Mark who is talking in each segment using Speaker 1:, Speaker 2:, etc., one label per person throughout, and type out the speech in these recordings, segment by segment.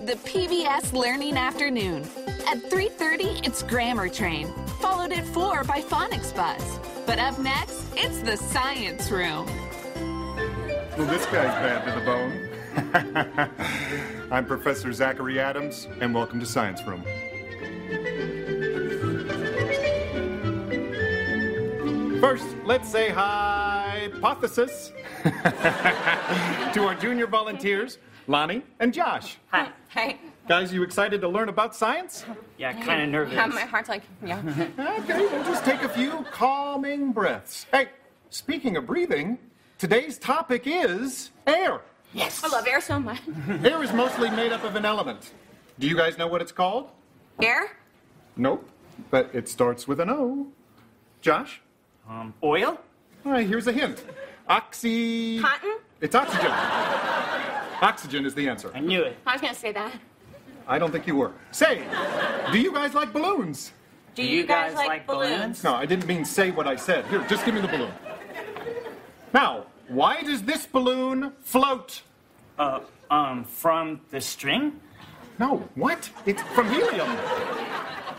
Speaker 1: the PBS Learning Afternoon. At 3.30, it's Grammar Train, followed at 4 by Phonics Buzz. But up next, it's the Science Room.
Speaker 2: Well, this guy's bad to the bone. I'm Professor Zachary Adams, and welcome to Science Room. First, let's say hypothesis to our junior volunteers, Lonnie and Josh.
Speaker 3: Hi.
Speaker 4: Hey.
Speaker 2: Guys, you excited to learn about science?
Speaker 3: Yeah, kind of nervous.
Speaker 4: Yeah, my heart's like, yeah.
Speaker 2: Okay, we'll just take a few calming breaths. Hey, speaking of breathing, today's topic is air.
Speaker 4: I love air so much.
Speaker 2: Air is mostly made up of an element. Do you guys know what it's called?
Speaker 4: Air?
Speaker 2: Nope, but it starts with an O. Josh?
Speaker 3: Um, oil?
Speaker 2: All right, here's a hint. Oxy.
Speaker 4: Cotton?
Speaker 2: It's oxygen. oxygen is the answer.
Speaker 3: I knew it.
Speaker 4: I was gonna say that.
Speaker 2: I don't think you were. Say, do you guys like balloons?
Speaker 4: Do
Speaker 3: you guys like balloons?
Speaker 2: No, I didn't mean say what I said. Here, just give me the balloon. Now, why does this balloon float?
Speaker 3: Uh, um, from the string?
Speaker 2: No, what? It's from helium.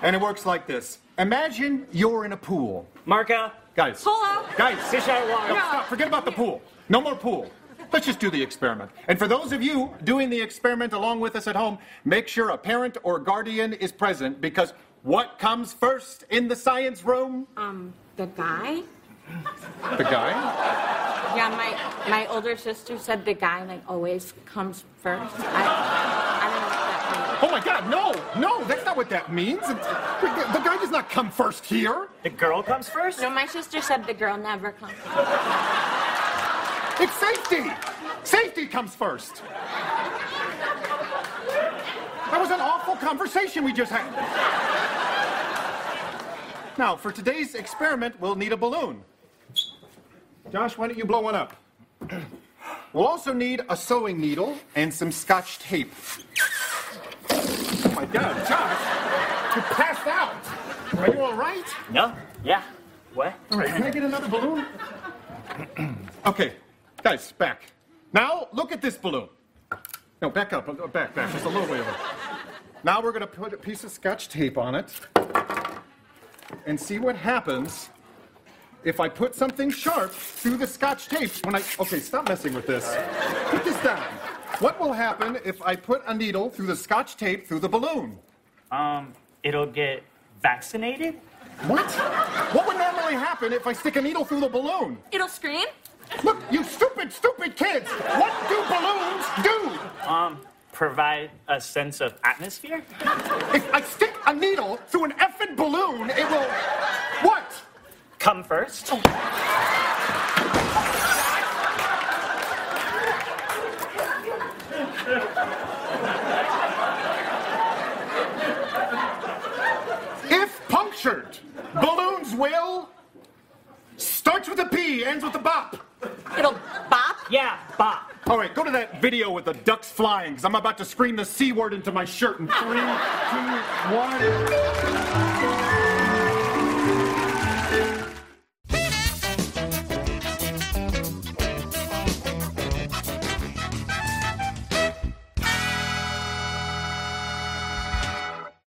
Speaker 2: And it works like this. Imagine you're in a pool.
Speaker 3: Marco?
Speaker 2: Guys.
Speaker 4: Polo?
Speaker 2: Guys,
Speaker 3: Fish out of water.
Speaker 2: No, stop. Forget about the pool. No more pool. Let's just do the experiment. And for those of you doing the experiment along with us at home, make sure a parent or guardian is present because what comes first in the science room?
Speaker 4: Um, the guy?
Speaker 2: The guy?
Speaker 4: Yeah, my my older sister said the guy like always comes first. I, I don't know what that means.
Speaker 2: Oh my God, no, no, that's not what that means. It's- The the guy does not come first here.
Speaker 3: The girl comes first?
Speaker 4: No, my sister said the girl never comes.
Speaker 2: It's safety. Safety comes first. That was an awful conversation we just had. Now, for today's experiment, we'll need a balloon. Josh, why don't you blow one up? We'll also need a sewing needle and some scotch tape. Oh my god, Josh! You passed out! Are you all right?
Speaker 3: No? Yeah. What?
Speaker 2: All right, can I get another balloon? okay, guys, back. Now, look at this balloon. No, back up, uh, back, back, just a little way over. Now we're gonna put a piece of scotch tape on it and see what happens if I put something sharp through the scotch tape when I. Okay, stop messing with this. Put this down. What will happen if I put a needle through the scotch tape through the balloon?
Speaker 3: Um, it'll get vaccinated?
Speaker 2: What? What would normally happen if I stick a needle through the balloon?
Speaker 4: It'll scream.
Speaker 2: Look, you stupid, stupid kids! What do balloons do?
Speaker 3: Um, provide a sense of atmosphere?
Speaker 2: If I stick a needle through an effing balloon, it will. What?
Speaker 3: Come first?
Speaker 2: If punctured, balloons will. Starts with a P, ends with a bop.
Speaker 4: It'll bop.
Speaker 3: Yeah, bop.
Speaker 2: All right, go to that video with the ducks flying, because I'm about to scream the C word into my shirt in three, two, one.